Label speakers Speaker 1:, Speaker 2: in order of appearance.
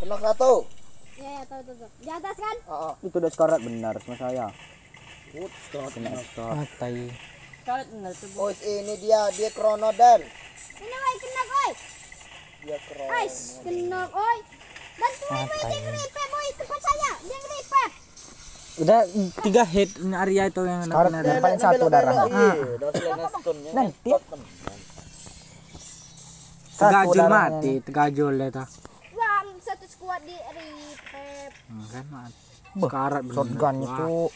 Speaker 1: Benar nggak tahu?
Speaker 2: Ya ya tahu tahu. tahu. Di atas kan?
Speaker 1: Ah, ah.
Speaker 3: Itu udah sekarat benar sama saya.
Speaker 1: Good start.
Speaker 3: Kena sekarat.
Speaker 4: Ah, tai.
Speaker 5: Scarlet bener tuh bu.
Speaker 1: Oh ini dia, dia Kronodan.
Speaker 2: Ini woi kena oi.
Speaker 1: Dia Kronodan.
Speaker 2: Ais, kena oi. Dan tuh woi
Speaker 4: Matai.
Speaker 2: dia ngeripet woi tempat saya. Dia ngeripet.
Speaker 4: Udah tiga hit Arya itu yang
Speaker 3: Sekarat
Speaker 4: kena.
Speaker 3: yang paling satu darah. Ah.
Speaker 1: Nah,
Speaker 3: tiap. Satu
Speaker 4: Tegajul
Speaker 3: darahnya.
Speaker 4: mati, tegajul itu.
Speaker 2: Wah, satu squad di ripet.
Speaker 4: Hmm, kan mati. Sekarat bener.
Speaker 3: Shotgun itu